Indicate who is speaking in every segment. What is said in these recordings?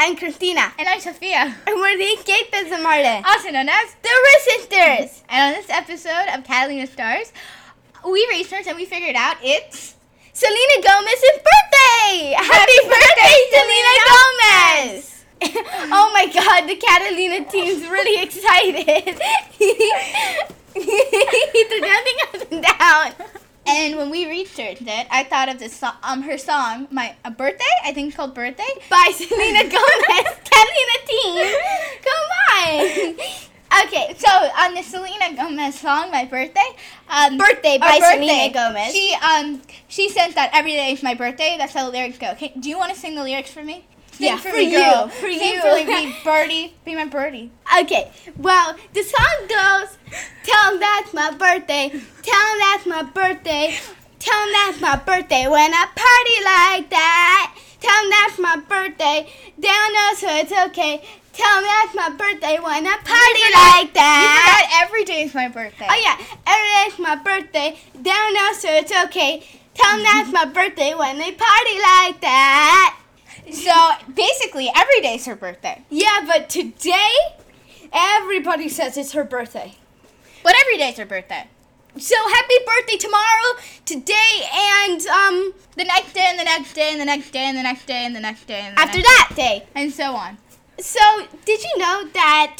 Speaker 1: I'm Christina,
Speaker 2: And I'm Sophia,
Speaker 1: and we're the Escape is Marta.
Speaker 2: also known as.
Speaker 1: The We're Sisters.
Speaker 2: And on this episode of Catalina Stars, we researched and we figured out it's.
Speaker 1: Selena Gomez's birthday! Happy, birthday, Selena Gomez! oh my god, the Catalina team's really excited. They're jumping up and down.
Speaker 2: And when we researched it, I thought of this song, um, her song, my a birthday, I think it's called birthday.
Speaker 1: By Selena Gomez, Catalina team. Come on.
Speaker 2: Okay, so on the Selena Gomez song, my birthday, um,
Speaker 1: Birthday
Speaker 2: our
Speaker 1: by
Speaker 2: birthday,
Speaker 1: Selena Gomez.
Speaker 2: She um, she says that every day is my birthday. That's how the lyrics go. Okay, do you want to sing the lyrics for me? Sing
Speaker 1: Yeah, for
Speaker 2: me,
Speaker 1: you,
Speaker 2: girl.
Speaker 1: for
Speaker 2: sing
Speaker 1: you.
Speaker 2: for me, be birdie, be my birdie.
Speaker 1: Okay, well, the song goes Tell 'em that's my birthday, tell 'em that's my birthday, tell 'em that's my birthday when I party like that. Tell 'em that's my birthday, they don't know so it's okay. Tell 'em that's my birthday when I party like
Speaker 2: You
Speaker 1: that.
Speaker 2: forgot every day is my birthday.
Speaker 1: Oh yeah, every day's my birthday, they don't know so it's okay. Tell 'em that's my birthday when they party like that.
Speaker 2: So basically, every day is her birthday.
Speaker 1: Yeah, but today, everybody says it's her birthday.
Speaker 2: But every day is her birthday.
Speaker 1: So happy birthday tomorrow, today, and um
Speaker 2: The next day, and the next day, and the next day, and the next day, and the next day, and the
Speaker 1: after
Speaker 2: next-
Speaker 1: that day.
Speaker 2: and so on.
Speaker 1: So did you know that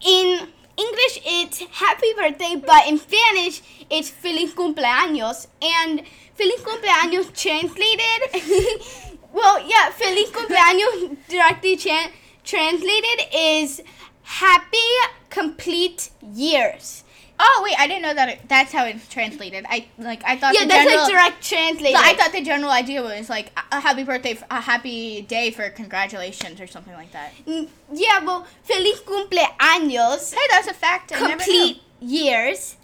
Speaker 1: in English it's happy birthday, but in Spanish it's feliz cumpleaños, and feliz cumpleaños translated. well, yeah, feliz cumpleaños directly tran- translated is happy complete years.
Speaker 2: Oh wait, I didn't know that. It, that's how it's translated. I like I thought.
Speaker 1: Yeah,
Speaker 2: the
Speaker 1: that's
Speaker 2: general,
Speaker 1: like direct translated.
Speaker 2: So I thought the general idea was like a- a happy birthday, f- a happy day for congratulations or something like that.
Speaker 1: Mm, yeah, well, feliz cumpleaños.
Speaker 2: Hey, that's a fact. I never knew.
Speaker 1: complete years.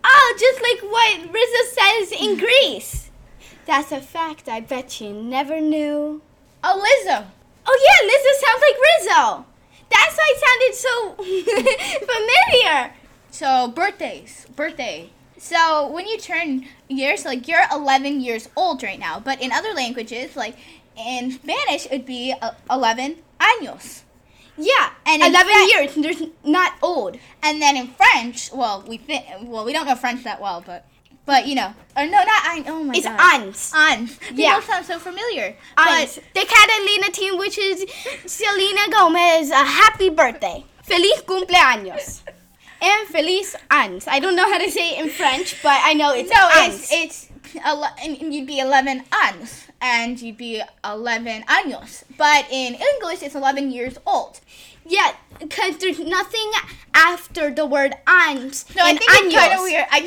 Speaker 1: Oh, just like what Rizzo says in Greece. That's a fact I bet you never knew.
Speaker 2: Oh, Lizzo.
Speaker 1: Oh yeah, Lizzo sounds like Rizzo. That's why it sounded so familiar.
Speaker 2: So birthdays, birthday. So when you turn years, like you're 11 years old right now, but in other languages, like in Spanish, it'd be uh, 11 años.
Speaker 1: Yeah,
Speaker 2: And
Speaker 1: and
Speaker 2: in
Speaker 1: eleven
Speaker 2: fact-
Speaker 1: years. There's not old.
Speaker 2: And then in French, well, we thi- well we don't know French that well, but but you know, or no, not I. Oh my
Speaker 1: It's
Speaker 2: god.
Speaker 1: aunts.
Speaker 2: Ans. They
Speaker 1: Yeah.
Speaker 2: both sound so familiar.
Speaker 1: Aunts. The Catalina team, which is Selena Gomez, a happy birthday. Feliz cumpleaños. And feliz ans. I don't know how to say it in French, but I know
Speaker 2: But
Speaker 1: it's
Speaker 2: no,
Speaker 1: ans.
Speaker 2: it's it's ele- and- and you'd be eleven ans and you'd be eleven años. But in English, it's eleven years old.
Speaker 1: Yeah, because there's nothing after the word ans.
Speaker 2: No,
Speaker 1: and
Speaker 2: I think it's kind of
Speaker 1: años.
Speaker 2: weird. I,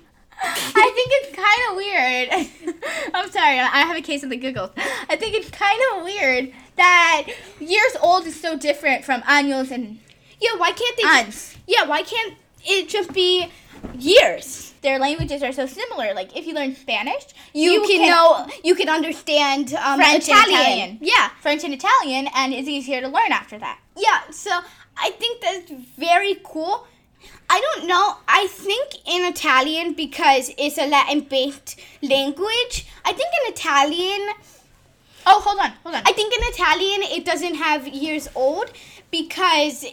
Speaker 2: I think it's kind of weird. I'm sorry, I have a case of the giggles. I think it's kind of weird that years old is so different from años and
Speaker 1: Yeah, why can't they?
Speaker 2: ans.
Speaker 1: Yeah, why can't it just be years?
Speaker 2: Their languages are so similar. Like if you learn Spanish,
Speaker 1: You, can, know, you can understand um,
Speaker 2: French and
Speaker 1: Italian.
Speaker 2: Italian.
Speaker 1: Yeah,
Speaker 2: French and Italian, and it's easier to learn after that.
Speaker 1: yeah. So I think that's very cool. I don't know. I think in Italian because it's a Latin-based language. I think in Italian.
Speaker 2: Oh, hold on, hold on.
Speaker 1: I think in Italian it doesn't have years old because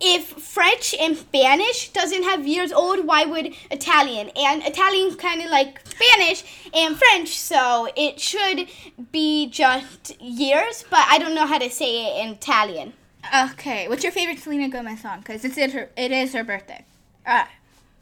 Speaker 1: if French and Spanish doesn't have years old, why would Italian? And Italian's kind of like Spanish and French, so it should be just years, but I don't know how to say it in Italian.
Speaker 2: okay, what's your favorite Selena Gomez song? Because it's it, her, it is her birthday. Uh,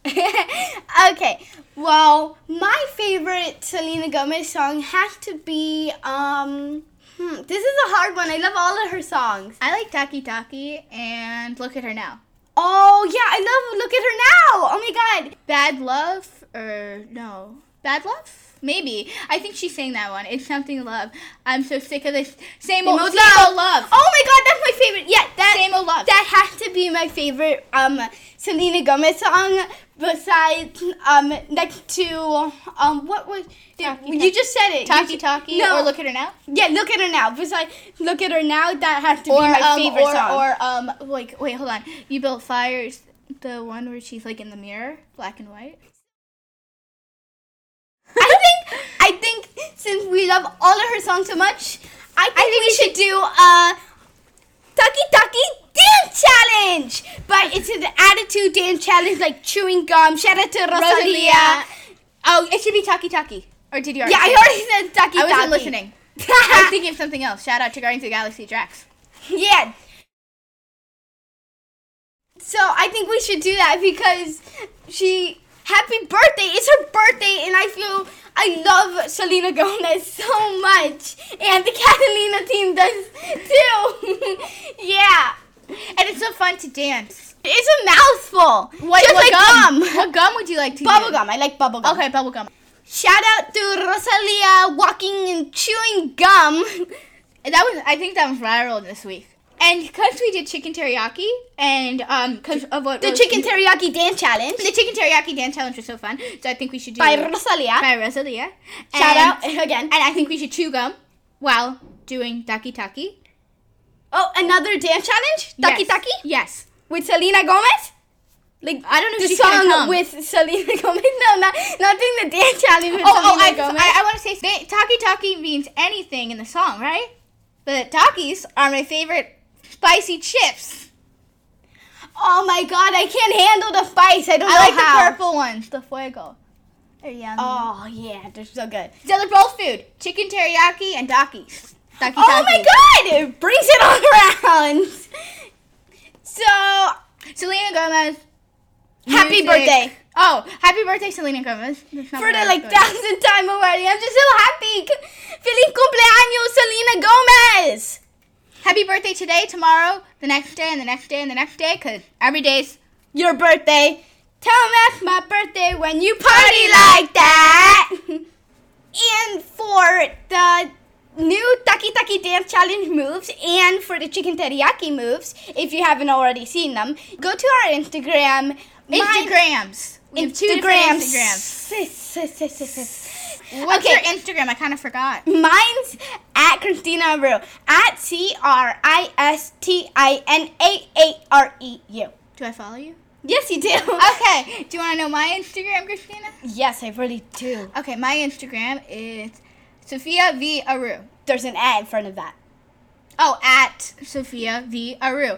Speaker 1: okay, well, my favorite Selena Gomez song has to be um hmm, this is a hard one. I love all of her songs.
Speaker 2: I like Taki Taki and Look at Her Now.
Speaker 1: Oh yeah, I love look at her now. Oh my god.
Speaker 2: Bad Love or no? Bad Love? Maybe. I think she sang that one. It's something love. I'm so sick of this same old,
Speaker 1: old
Speaker 2: same
Speaker 1: love.
Speaker 2: old love.
Speaker 1: Oh my god, that's my favorite. Yeah, that
Speaker 2: Same old love.
Speaker 1: that has to be my favorite um Selena Gomez song besides um next to um what was
Speaker 2: Talkie
Speaker 1: you
Speaker 2: Talkie.
Speaker 1: just said it. You
Speaker 2: Taki
Speaker 1: ju-
Speaker 2: Taki
Speaker 1: No.
Speaker 2: or Look at Her Now.
Speaker 1: Yeah, look at her now. Besides look at her now, that has to
Speaker 2: Or
Speaker 1: be my
Speaker 2: um,
Speaker 1: favorite
Speaker 2: or,
Speaker 1: song.
Speaker 2: or um like wait hold on. You built fires. The one where she's like in the mirror, black and white.
Speaker 1: I think I think since we love all of her songs so much, I think, we, should do a Taki Taki Dance Challenge! But it's an attitude dance challenge like chewing gum. Shout out to Rosalia.
Speaker 2: Rosalia.
Speaker 1: Oh, it should be Taki Taki.
Speaker 2: Or did you already?
Speaker 1: Yeah,
Speaker 2: say
Speaker 1: I
Speaker 2: that?
Speaker 1: already said Taki Taki.
Speaker 2: I wasn't listening. I was thinking of something else. Shout out to Guardians of the Galaxy Drax.
Speaker 1: yeah. So I think we should do that because she. Happy birthday! It's her birthday, and I feel I love Selena Gomez so much, and the Catalina team does too. yeah,
Speaker 2: And it's so fun to dance.
Speaker 1: it's a mouthful. Just like
Speaker 2: gum?
Speaker 1: gum.
Speaker 2: What gum would you like to use?
Speaker 1: Bubblegum. I like bubblegum.
Speaker 2: Okay, bubble gum.
Speaker 1: Shout out to Rosalia walking and chewing gum.
Speaker 2: And That was I think that was viral this week. And because we did chicken teriyaki and um because of what
Speaker 1: The
Speaker 2: what-
Speaker 1: chicken teriyaki dance challenge
Speaker 2: the chicken teriyaki dance challenge was so fun. So I think we should do
Speaker 1: by Rosalia.
Speaker 2: by Rosalia.
Speaker 1: Shout
Speaker 2: And-
Speaker 1: out again.
Speaker 2: And I think we should chew gum while doing taki taki.
Speaker 1: Oh, another dance challenge? Taki
Speaker 2: Yes.
Speaker 1: Taki?
Speaker 2: Yes.
Speaker 1: With Selena Gomez? Like
Speaker 2: I don't know if
Speaker 1: the
Speaker 2: she's gonna
Speaker 1: song
Speaker 2: come.
Speaker 1: with Selena Gomez? No, not not doing the dance challenge with
Speaker 2: Oh, oh, I,
Speaker 1: Selena Gomez.
Speaker 2: I, I want to say they, Taki Taki means anything in the song, right? But Takis are my favorite spicy chips.
Speaker 1: oh my god, I can't handle the spice. I don't
Speaker 2: I
Speaker 1: know
Speaker 2: like
Speaker 1: how.
Speaker 2: the purple ones, the fuego. They're yummy.
Speaker 1: Oh yeah, they're so good.
Speaker 2: So they're both food: chicken teriyaki and Takis. Taki
Speaker 1: Oh my god, it brings it all around. So
Speaker 2: god! Selena Gomez.
Speaker 1: Happy
Speaker 2: music.
Speaker 1: birthday.
Speaker 2: Oh, happy birthday, Selena Gomez. That's not
Speaker 1: for
Speaker 2: what I
Speaker 1: the
Speaker 2: was
Speaker 1: like
Speaker 2: going-
Speaker 1: thousandth time already. I'm just so happy. C- Feliz cumpleaños, Selena Gomez.
Speaker 2: Happy birthday today, tomorrow, the next day, and the next day, and the next day, because every day's
Speaker 1: Your birthday. Tell Max my birthday when you party like that. and for the new Taki Taki Dance Challenge moves and for the chicken teriyaki moves, if you haven't already seen them, go to our Instagram. My-
Speaker 2: Instagrams. We have two different Instagrams.
Speaker 1: Instagrams.
Speaker 2: What's
Speaker 1: okay.
Speaker 2: your Instagram? I kind of forgot.
Speaker 1: Mine's at Christina Rue. At C R I S T I N A A R E U.
Speaker 2: Do I follow you?
Speaker 1: Yes, you do.
Speaker 2: Oh, Okay. Do you want to know my Instagram, Christina?
Speaker 1: Yes, I really do.
Speaker 2: Okay, my Instagram is Sophia V Aru.
Speaker 1: There's an A in front of that.
Speaker 2: Oh, at Sophia V Aru.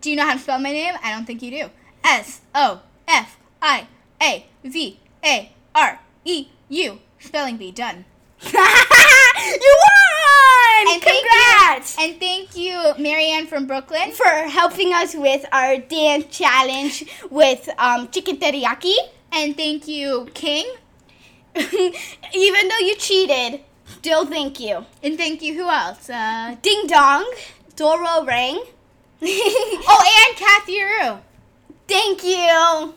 Speaker 2: Do you know how to spell my name? I don't think you do. S O F I A V A R E U. Spelling bee done.
Speaker 1: you won! Congrats!
Speaker 2: Thank you, and thank you, Marianne from Brooklyn.
Speaker 1: For helping us with our dance challenge with um, chicken teriyaki.
Speaker 2: And thank you, King.
Speaker 1: Even though you cheated, still thank you.
Speaker 2: And thank you, who else? Uh,
Speaker 1: Ding dong, Doro rang.
Speaker 2: oh, and Kathy Aru.
Speaker 1: thank you.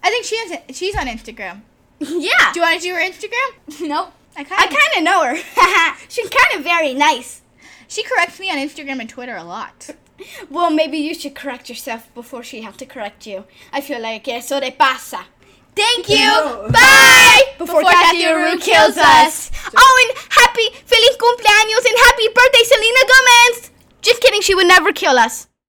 Speaker 2: I think she has, she's on Instagram.
Speaker 1: Yeah.
Speaker 2: Do you want to do her Instagram? Nope. I kind
Speaker 1: I
Speaker 2: of.
Speaker 1: kind of know her. She's kind of very nice.
Speaker 2: She corrects me on Instagram and Twitter a lot.
Speaker 1: Well, maybe you should correct yourself before she has to correct you. I feel like eso de pasa. Thank you.
Speaker 2: No.
Speaker 1: Bye.
Speaker 2: Before Kathy Aru kills us.
Speaker 1: Oh, and happy feliz cumpleaños and happy birthday, Selena Gomez. Just kidding. She would never kill us.